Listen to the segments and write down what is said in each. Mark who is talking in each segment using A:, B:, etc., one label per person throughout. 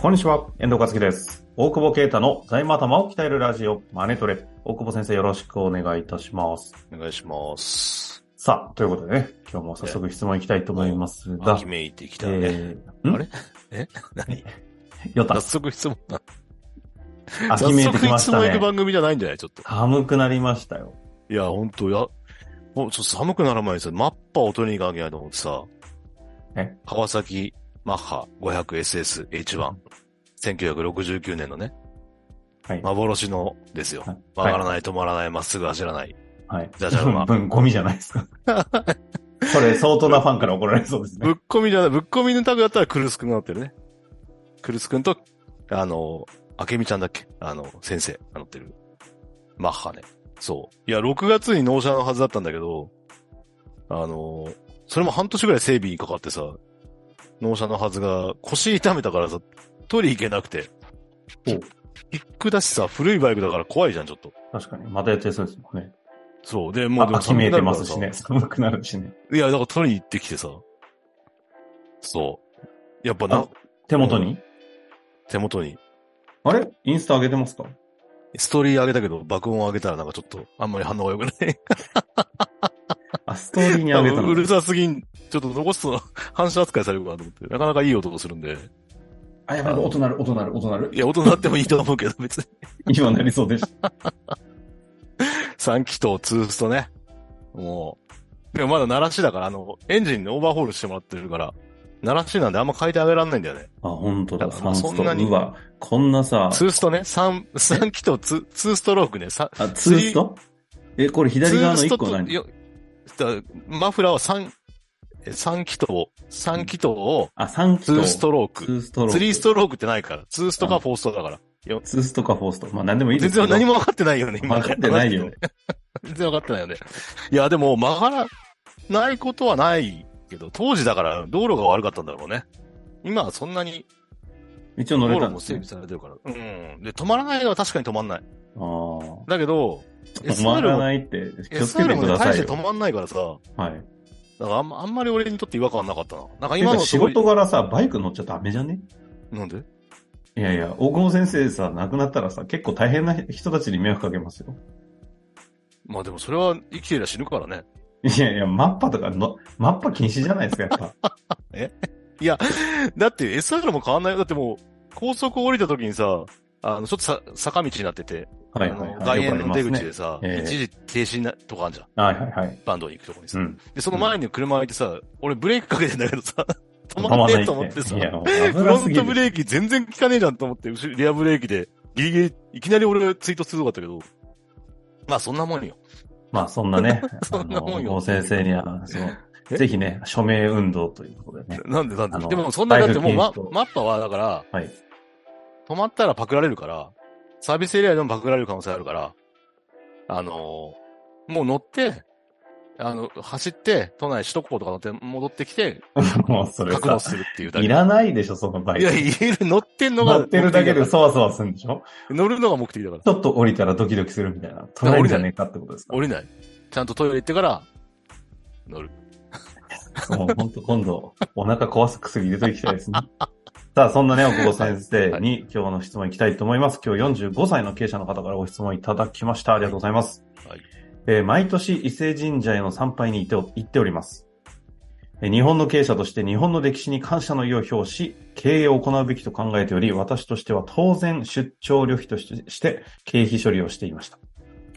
A: こんにちは、遠藤和樹です。大久保啓太の財務頭を鍛えるラジオ、マネトレ。大久保先生、よろしくお願いいたします。
B: お願いします。
A: さあ、ということでね、今日も早速質問いきたいと思いますが
B: 秋、めいてきたね。
A: え
B: あ
A: ー、ん
B: れえ何
A: よた
B: 早、速質問だ。
A: 秋めいてきました
B: 早速質問行く
A: ね。
B: 番組じゃないんじゃないちょっと。
A: 寒くなりましたよ。
B: いや、本当や。もうちょっと寒くなる前にさ、マッパを取りに行かなきゃいけないと思ってさ。
A: え
B: 川崎マッハ 500SS H1。1969年のね、
A: はい。
B: 幻のですよ。曲がらない、止まらない、まっすぐ走らない。
A: はい。
B: じゃじゃ 馬
A: ぶんゴミじゃないですか。それ、相当なファンから怒られそう です
B: ぶ
A: ね
B: っ。込みじゃない、ぶっ込みのタグだったらクルスくんになってるね。クルスくんと、あの、あけみちゃんだっけあの、先生が乗ってる。マッハね。そう。いや、6月に納車のはずだったんだけど、あの、それも半年ぐらい整備にかかってさ、納車のはずが腰痛めたからさ、取り行けなくて。
A: お
B: キックだしさ、古いバイクだから怖いじゃん、ちょっと。
A: 確かに。またやっちゃいそうですもんね。
B: そう。で、もうでも
A: 秋めいてます
B: 寒くなるからさ
A: しね。寒くなるしね。
B: いや、だから取りに行ってきてさ。そう。やっぱな
A: あ、手元に、
B: 手元に
A: あれインスタ上げてますか
B: ストーリー上げたけど、爆音上げたらなんかちょっと、あんまり反応が良くない。
A: あ、ストーリーに上げたの
B: うるさすぎん、ちょっと残すと反射扱いされるかなと思って、なかなかいい音がするんで。
A: あ、やばい、音鳴る、音鳴る、音鳴る
B: い。や、音になってもいいと思うけど、別に。
A: 今なりそうでした。
B: 3気筒2ストね。もう。でもまだ鳴らしだから、あの、エンジンにオーバーホールしてもらってるから、鳴らしなんであんま変えてあげられないんだよね。
A: あ、本当だ。
B: だからま
A: サ
B: あ
A: ンス
B: そ
A: ト
B: んなに
A: うわ、こんなさ、
B: 2ストね、3、3気筒2、2ストロークね、さ
A: あ、ツーストえ、これ左側の1個何
B: ツーストとよだマフラーは3、え3気筒、3気筒を
A: あ、3気筒。
B: 2ストローク
A: ツ。ーストローク。
B: スリーストロークってないから。ツーストかフォーストだから。
A: ツーストかフォースト。まあ何でもいいで
B: 全
A: すけど
B: 然何も分かってないよね、今。
A: 分かってないよ。。
B: 全然分かってないよね。いや、でも曲がらないことはないけど、当時だから道路が悪かったんだろうね。今はそんなに
A: 一応乗
B: 道
A: れた
B: 路
A: んで
B: も
A: す
B: 整
A: ね
B: 備。されてるから。うん。で、止まらないのは確かに止まんない。
A: あー
B: だけど、
A: 止まら
B: SR も、
A: ないって、気をつけ
B: SR
A: て
B: も
A: く
B: ね
A: だ
B: 大
A: さ
B: し
A: い
B: て
A: よ。
B: 止まんないからさ、
A: はい。
B: だからあんまあんまり俺にとって違和感はなかったな。なんか
A: 今
B: 今の
A: 仕事柄さ、バイク乗っちゃダメじゃね
B: なんで
A: いやいや、大久保先生さ、亡くなったらさ、結構大変な人たちに迷惑かけますよ。
B: まあでもそれは生きてりゃ死ぬからね。
A: いやいや、マッパとかの、マッパ禁止じゃないですか、やっぱ。
B: だって SR も変わんないよ。だってもう、高速降りた時にさ、あの、ちょっとさ、坂道になってて、
A: はいはい
B: あ
A: は
B: の
A: い。
B: 外
A: よくあり
B: 苑の
A: ま
B: 出
A: すね
B: 口でさ、
A: ええ
B: 一時停止なとかあんじゃん。
A: はいはいはい。
B: バンドに行くとこに
A: う
B: さ。
A: ん。
B: で、その前に車がいてさ、俺ブレーキかけてんだけ どさ、止
A: 止
B: ま
A: ま
B: っ
A: んな
B: て
A: い
B: んと思ってさ
A: い、や、もう
B: フ
A: 危な
B: ロ
A: す
B: ン
A: ぎ
B: トブ
A: る。
B: レーキ全然効かねえじゃんと思って、後ろリアブレーキで、ギリギリ、いきなり俺追突するとかだったけど、まあそんなもんよ。
A: まあ、そんなね、あ
B: そんな
A: の、
B: もんよ
A: 郷先生には、その、
B: え
A: ぜひね、署名運動ということで ね。
B: なんでなん
A: あの
B: で。でもそんな、だってもう
A: バイ
B: マ
A: ク禁止と
B: マッパはだから、
A: はい。
B: 止まったらパクられるから、サービスエリアでもパクられる可能性あるから、あのーもう乗って、あの、走って、都内首都高とか乗って戻ってきて、
A: もうそれ
B: 格納
A: さ、
B: するっていうだけ。
A: いらないでしょ、そのバイ
B: いや、
A: ク。
B: いる、乗ってんのが。
A: 乗ってるだけで
B: 目的
A: そわそわするんでしょ
B: から乗るのが目的だから。
A: ちょっと降りたらドキドキするみたいな。取られるんじゃねえかってことですか
B: 降りない。ちゃんとトイレ行ってから、乗る。
A: もう本当今度、お腹壊す薬入れときたいですね。 さあ、そんなね、奥保先生に今日の質問いきたいと思います。今日45歳の経営者の方からご質問いただきました。ありがとうございます。
B: はい
A: えー毎年伊勢神社への参拝に行ってお行っております。えー日本の経営者として日本の歴史に感謝の意を表し、経営を行うべきと考えており、私としては当然出張旅費としてして経費処理をしていました。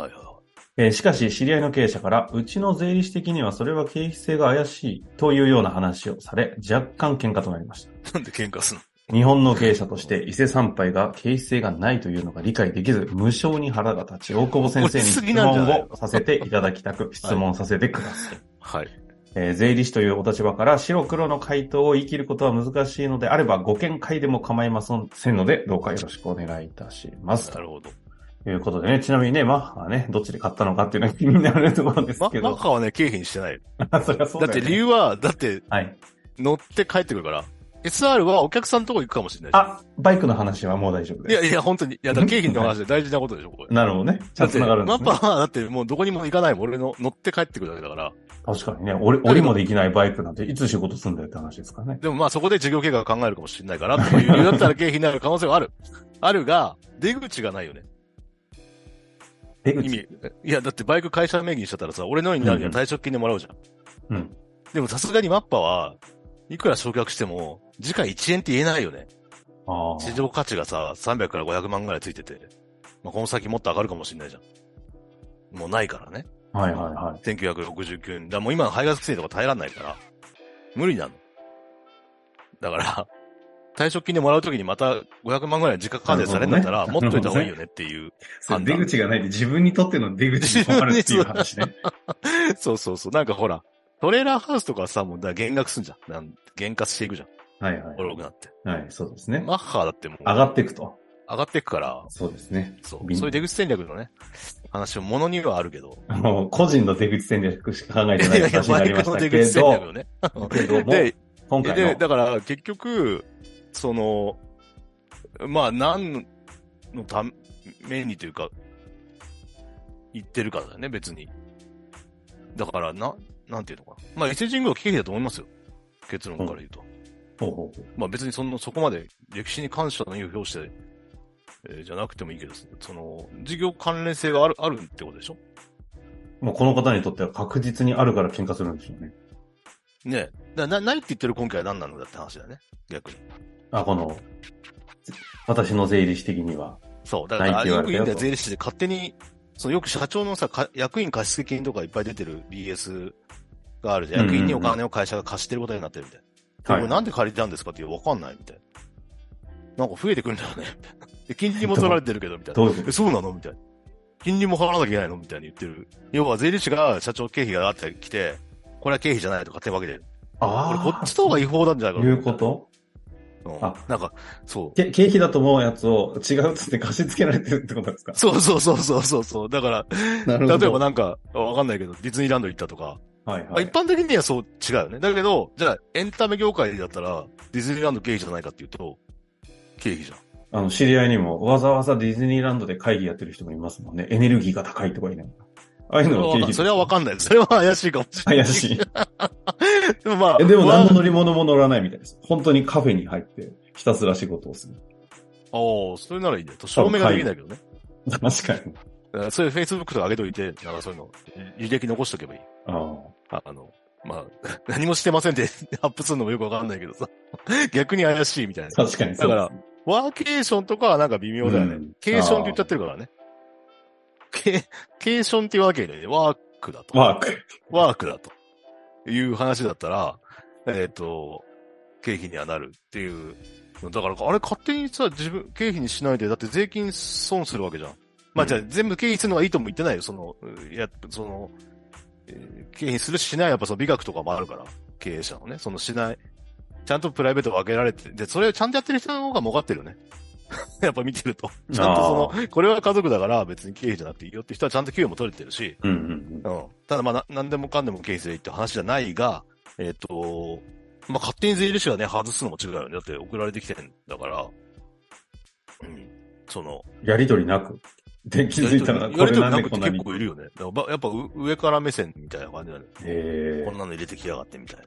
B: はいはいは
A: えーしかし、知り合いの経営者から、うちの税理士的にはそれは経費性が怪しいというような話をされ、若干喧嘩となりました。
B: い。なんで喧嘩すんの
A: 日本の経営者として伊勢参拝が経費性がないというのが理解できず、無償に腹が立ち、大久保先生に質問をさせていただきたく、質問させてください。
B: はい。
A: えー税理士というお立場から白黒の回答を言い切ることは難しいのであれば、ご見解でも構いませんので、どうかよろしくお願いいたします。
B: なるほど。
A: ということでね、ちなみにね、マッハはね、どっちで買ったのかっていうのが気になるところです
B: ま、
A: け
B: マッ
A: ど。
B: カーはね、経費にしてないよ。
A: あ、そりゃそう
B: だ
A: だ
B: っ
A: よ、
B: て
A: ね。
B: 理由は、だって
A: はい。
B: 乗って帰ってくるから、SR はお客さんのとこ行くかもしれないじゃん
A: あ、バイクの話はもう大丈夫
B: い
A: です。
B: やいや、本当に。いや、だから景品の話で大事 なことでしょ、これ。
A: なるほどね。ちゃんと繋がるん
B: だ
A: です
B: っ
A: ね。
B: てマッパは、だってもうどこにも行かないもん。俺の乗って帰ってくるだけだから。
A: 確かにね、折り折りもできないバイクなんていつ仕事すんだよって話ですからね。
B: でもまあそこで事業計画を考えるかもしれないからっていう理由だったら経費になる可能性はある。 あるが、出口がないよね。
A: 出
B: 意
A: 口。
B: 味。いや、だってバイク会社名義にしちゃったらさ、俺のようになるには退職金でもらうじゃん。
A: うん。
B: でもさすがにマッパはいくら償却しても、時価1円って言えないよね。
A: ああ。
B: 市場価値がさ、300から500万ぐらいついてて、まあ、この先もっと上がるかもしれないじゃん。もうないからね。
A: はいはいはい。
B: 1969年。だからもう今の排ガス規制とか耐えらんないから、無理なの。だから、退職金でもらうときにまた500万ぐらい時価課税されるんだったら、
A: なる
B: 持
A: ほ
B: っ
A: どね
B: といた方がいいよねっていう。
A: それ
B: 判断
A: 出口がないで自分にとっての出口に困るっていう話ね。
B: そうそうそう。なんかほら、トレーラーハウスとかさ、もうだから減額すんじゃん。なん減価していくじゃん。
A: はいは
B: ボロ
A: い。
B: くなって。
A: はい、そうですね。
B: マッハだってもう
A: 上がっていくと。
B: 上がっていくから、
A: そうですね。
B: そう。そういう出口戦略のね、話もものにはあるけど。
A: あの、個人の出口戦略しか考えてない話にな
B: バ
A: り
B: イ
A: ま
B: ク
A: し
B: の
A: た
B: 出
A: け
B: 口戦略
A: ど
B: を、ね。
A: けども、
B: で、
A: 今回
B: で、
A: の、
B: だから結局、その、まあ、何のためにというか、言ってるからだよね、別に。だから、な、なんていうのかな。まあ、伊勢神宮は危機だと思いますよ。結論から言うと。
A: ほうほうほ
B: まあ、別にその、そこまで歴史に感謝の意を表して、えーじゃなくてもいいけど、その、事業関連性がある、あるってことでしょ
A: うもうこの方にとっては確実にあるから喧嘩するんでしょうね。
B: ねえ。だな、ないって言ってる根拠は何なのだって話だよね。逆に。
A: あ、この、私の税理士的には。
B: そう。だから、
A: ないって言われ
B: よく
A: た
B: いい
A: よと
B: んだよ、税理士で勝手に、そのよく社長のさ、か役員貸付金とかいっぱい出てる BS があるじゃん。
A: うんうん
B: 役
A: うん
B: 員にお金を会社が貸してることになってるみたいな。
A: はい
B: これなんで借りたんですかっていうわかんないみたいな。 なんか増えてくんだよね。で、金利も取られてるけど、みたいな。
A: どういうこと
B: え、そうなのみたいな。金利も払わなきゃいけないのみたいに言ってる。要は税理士が社長経費があってきて、これは経費じゃないとか手分けてる。これ
A: あ
B: こっちの方が違法なんじゃ
A: あ、
B: ないか
A: いうこと
B: と。うん
A: あ
B: なんか、そう。
A: け経費だと思うやつを違うっつって貸し付けられてるってことですか
B: そうそうそうそうそうそう。だから、
A: なる
B: 例えばなんか、わかんないけど、ディズニーランド行ったとか、
A: はい
B: まあ
A: はい。
B: 一般的にはそう違うよね。だけど、じゃあエンタメ業界だったら、ディズニーランド経費じゃないかっていうと、経費じゃん。
A: あの、知り合いにもわざわざディズニーランドで会議やってる人もいますもんね。エネルギーが高いとか言いながら。ああいうのも経費
B: それはわかんない。それは怪しいかもしれない。
A: 怪しい。
B: でもまあ、
A: えでも
B: まあ
A: 何の乗り物も乗らないみたいです。本当にカフェに入ってひたすら仕事をする。
B: おーそれならいいね。と証明ができないけどね。
A: 確かに。
B: だからそういう Facebook とか上げといて、なんかそういうの、履歴残しとけばいい。
A: ああ。
B: ああの、まあ、 何もしてませんって アップするのもよくわかんないけどさ。逆に怪しいみたいな。
A: 確かにそうですね。
B: ワーケーションとかはなんか微妙だよね。
A: うん
B: ケーションって言っちゃってるからね。ケケーションって言うわけで、ワークだと。
A: ワーク。
B: ワークだと。いう話だったら、えっ、と、経費にはなるっていう。だから、あれ勝手にさ、自分、経費にしないで、だって税金損するわけじゃん。まあ
A: うん
B: じゃあ全部経費するのがいいとも言ってないよ。その、いや、その、えー経費するしないはやっぱその美学とかもあるから、経営者のね。そのしない。ちゃんとプライベートを分けられて、で、それをちゃんとやってる人の方が儲かってるよね。 やっぱ見てると。ちゃんとその、これは家族だから別に経費じゃなくていいよって人はちゃんと給与も取れてるし、
A: うんうん
B: うん。ただまあ、な何でもかんでも経費するって話じゃないが、えっ、と、まあ、勝手に税理士がね、外すのも違うよね。だって送られてきてんだから、うん。その、
A: うん。やりとりなく。で、気づいたら、
B: や
A: これ
B: りとり
A: なん
B: な
A: で
B: くっ
A: こん
B: て
A: なに
B: 結。構いるよね。だからばやっぱう上から目線みたいな感じだね。
A: え
B: こんなの入れてきやがってみたいな。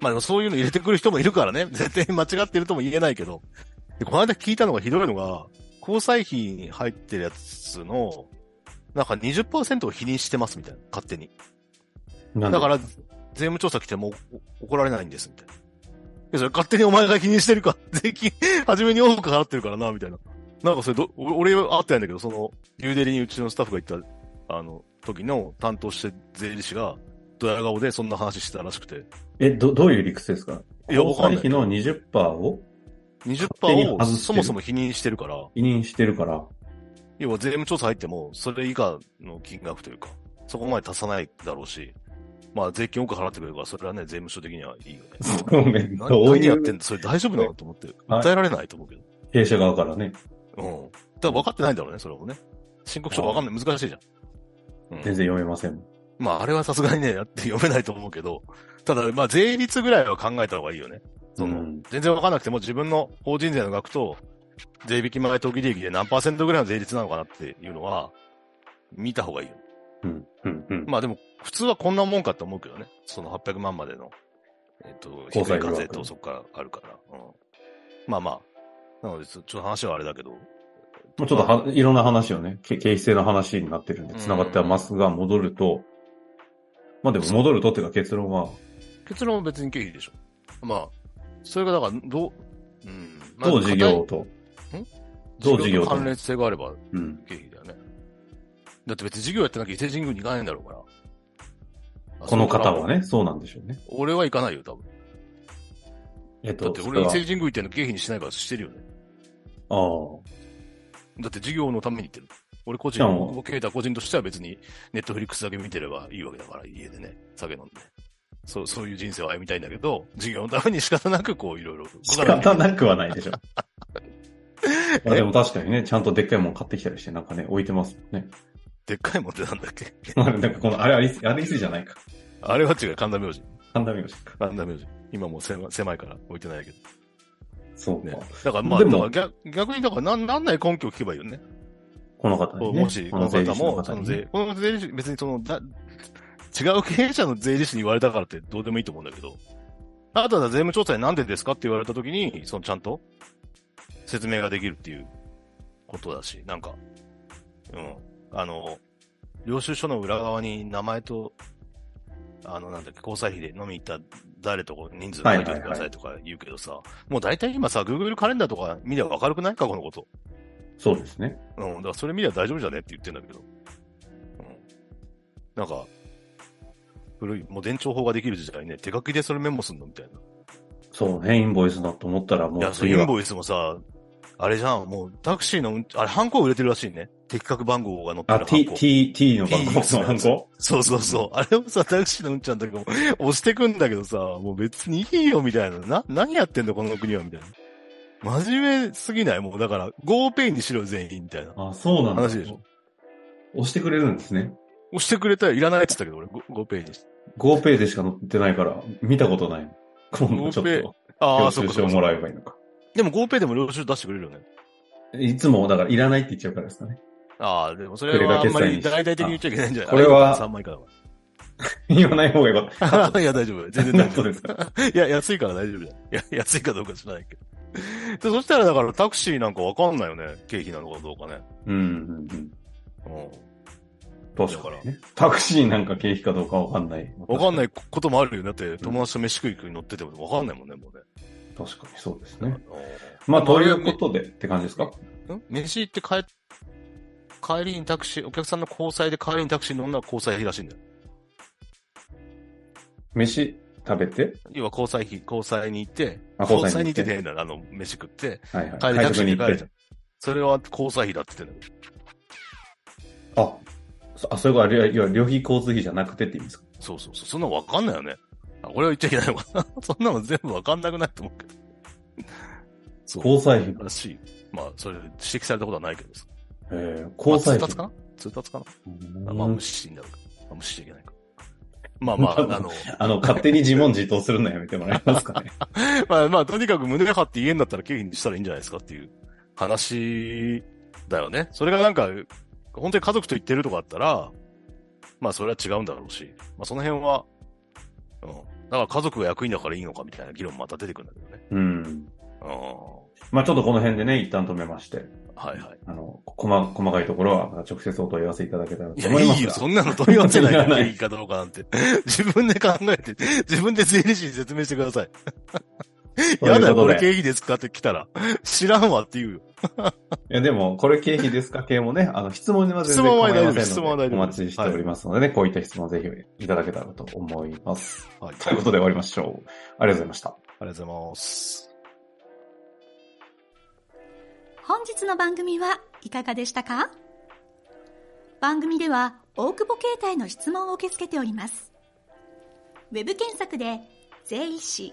B: まあでもそういうの入れてくる人もいるからね。 絶対間違ってるとも言えないけど。でこの間聞いたのがひどいのが、交際費に入ってるやつの、なんか20%を否認してますみたいな。勝手に。
A: えなんで
B: だから、税務調査来てもお怒られないんです、みたいな。いや、それ勝手にお前が気にしてるか。 税金、初めに多く払ってるからな、みたいな。なんかそれど、俺、俺会ってないんだけど、その、ニューデリにうちのスタッフが行った、あの、時の担当して税理士が、ドヤ顔でそんな話してたらしくて、
A: え、ど、どういう理屈ですか
B: いやわかんない
A: 交際費の20%を手に
B: 20%を
A: 外してる
B: そもそも否認してるから、
A: 委任してるから、
B: 要は税務調査入っても、それ以下の金額というか、そこまで足さないだろうし、まあ税金多く払ってくれるから、それはね、税務署的にはいいよね。
A: そうね、
B: 何
A: どう
B: 何
A: い
B: やって
A: うん
B: だそれ大丈夫なのと思って。
A: はい
B: 訴えられないと思うけど。
A: 経営者側からね、
B: うん。だから分かってないんだろうね、それもね。申告書分かんない。難しいじゃん。うん
A: 全然読めません。
B: まあ、あれはさすがにね、やって読めないと思うけど、ただ、まあ、税率ぐらいは考えた方がいいよね。その、
A: うん
B: 全然分かんなくても自分の法人税の額と、税引き前当期利益で何パーセントぐらいの税率なのかなっていうのは、見た方がいいよ。
A: うん、うん、うん。
B: まあでも、普通はこんなもんかと思うけどね。その800万までの、えっ、と、
A: 交
B: 低
A: 際
B: い
A: 料
B: 課
A: 額
B: 税とそこからあるから。うん、まあまあ。なので、ちょちょっと話はあれだけど。
A: もうちょっとはいろんな話をね、け経費制の話になってるんで、繋がってはますが、戻ると、まあでも戻るとっていうか結論は、
B: 結論は別に経費でしょ。まあ、それがだから、どう、うん。まあ
A: 同事業と、同事業
B: と
A: と
B: 関連性があれば
A: うん、
B: 経費だよね。だって別に事業やってなきゃ伊勢神宮に行かないんだろうから。
A: この方は
B: ね。
A: ね、そうなんでしょうね。
B: 俺は行かないよ、多分。
A: えっ
B: だ
A: と、
B: って
A: それ
B: 俺伊
A: は
B: 勢神宮行ってんの経費にしないからしてるよね。
A: ああ、
B: だって事業のために行ってる。俺個
A: し
B: 人、
A: かも
B: 僕ケイタ個人としては別にネットフリックスだけ見てればいいわけだから、家でね、酒飲んで。そう、そういう人生を歩みたいんだけど、事業のために仕方なくこういろいろ。
A: 仕方なくはない でしょ。まあでも確かにね、ちゃんとでっかいもん買ってきたりして、なんかね、置いてますもんね。
B: でっかいもんってなんだっけ
A: なんかこの、あれ、ありす、ありすぎじゃないか。
B: あれは違う、神田明神。
A: 神田明神か。
B: 神田明神。今もう狭狭いから置いてないけど。
A: そうか。
B: ね。だからまあ、
A: で
B: だか
A: も
B: ら逆逆にだからなん、なんない根拠を聞けばいいよね。
A: この方にね。
B: もし、この
A: 税
B: 方
A: 理士
B: も、
A: 方
B: その
A: に
B: 税
A: ね、
B: この税理士、別にその、だ違う経営者の税理士に言われたからってどうでもいいと思うんだけど、あとは税務調査になんでですかって言われたときに、そのちゃんと説明ができるっていうことだし、なんか、うん、あの、領収書の裏側に名前と、あの、なんだっけ、交際費で飲みに行った誰とこ人数書いておいてくださいとか言うけどさ、もう大体今さ、Google カレンダーとか見ればわかるくない過去のこと。
A: そうですね。
B: うん、だからそれ見りゃ大丈夫じゃねって言ってんだけど。うん。なんか、古い、もう伝承法ができる時代にね、手書きでそれメモすんのみたいな。
A: そうね、インボイスだと思ったらも
B: いうや、そう
A: 次
B: イン
A: は。
B: ボイスもさ、あれじゃん、もうタクシーの運、あれ、ハンコ売れてるらしいね。的確番号が載って
A: あ、
B: るハン
A: t,
B: コ。
A: t, t の番
B: T
A: 号の番号
B: そうそうそう。あれをさ、タクシーのうんちゃんとかも押してくんだけどさ、もう別にいいよ、みたいな。な、何やってんの、この国は、みたいな。真面目すぎないもうだから、GoPay にしろよ、全員、みたいな。
A: あ、そうなんだ。
B: 話でしょ
A: 押してくれるんですね。
B: 押してくれたらいらないって言ったけど、俺、Go- GoPay にして。
A: GoPay でしか載ってないから、見たことない。今度ちょっ
B: GoPay
A: と、
B: あ
A: 領
B: あ、そ
A: 収
B: うかそ
A: 書
B: う
A: を
B: か。
A: もらえばいいのか。
B: でも GoPay でも領収書出してくれるよね。
A: いつも、だから、いらないって言っちゃうからですかね。
B: ああ、でもそ
A: ク
B: れ
A: レ
B: は
A: カ
B: あん
A: 決
B: ま
A: 済
B: り
A: にして
B: 大々的に言っちゃいけないんじゃない
A: これは
B: ?3 枚からは。
A: 言わない方がよかった。
B: いや、大丈夫。全然大丈
A: 本当です
B: 夫。いや、安いから大丈夫だよ。いや、安いかどうか知らないけど。でそしたらだからタクシーなんかわかんないよね。経費なのかどうかね。
A: うん、うん、うん。
B: う
A: 確かにね。タクシーなんか経費かどうかわかんない。
B: ん。わかん
A: い。
B: ないこともあるよね。だって友達と飯食いに乗っててもわかんないもんね、もうね。
A: 確かにそうですね。
B: う
A: まあ、ということでって感じですか
B: んん飯行って帰っ、帰りにタクシー、お客さんの交際で帰りにタクシーに乗るのは交際費らしいんだよ。
A: 飯食べて、
B: 要は交際費、交際に行って、
A: あ交
B: 交際
A: 際
B: に
A: に行
B: 行っ
A: ってて
B: って変な、あの、飯食って、
A: はいはい。
B: 帰りタクシーで帰る
A: 海
B: じゃ
A: 賊
B: ん。それは交際費だって言ってんだけ
A: あ、そあ、それが、いや、いや旅費交通費じゃなくてって意味ですか
B: ど。そうそうそう。そんなのわかんないよね。あ、俺は言っちゃいけないのかな。 そんなの全部わかんなくないと思うけど。そう。
A: 交際費。
B: らしい。まあ、それ指摘されたことはないけどさ。
A: えー、交際
B: まあ通
A: 費
B: 達。かな通達かな、
A: うん
B: まあ、無視していいんだろうけど。まあ、無視しちゃいけないか。まあまあ、 あの、
A: あの、勝手に自問自答するのやめてもらえます かね。
B: まあまあ、とにかく胸張って言えんだったら経費にしたらいいんじゃないですかっていう話だよね。それがなんか、本当に家族と言ってるとかあったら、まあそれは違うんだろうし、まあその辺は、うん。だから家族が役員だからいいのかみたいな議論もまた出てくるんだけどね。
A: うん。
B: うん。
A: まあちょっとこの辺でね、一旦止めまして、
B: はいはい。
A: あの、こま、細かいところはまた直接お問い合わせいただけたら
B: い
A: と
B: や、
A: 思いま
B: いい
A: す
B: よ、
A: が。
B: そんなの問い合わせないよ
A: いらない
B: 経費かどうかなんて。 自分で考えて、自分で税理士に説明してください。
A: という
B: やだよ、
A: こ
B: こ
A: で
B: とれ経費ですかって来たら、知らんわって言うよ。
A: いや、でも、これ経費ですか系もね、あの、質問には全然
B: 質問は
A: 構いませんの
B: 大丈夫
A: で、
B: 質問は大丈
A: お
B: 夫
A: 待ちしておりますのでね、こういった質問をぜひいただけたらと思います。
B: はい。
A: ということで終わりましょう。ありがとうございました。
B: ありがとうございます。
C: 本日の番組はいかがでしたか番組では大久保携帯の質問を受け付けております。ウェブ検索で税理士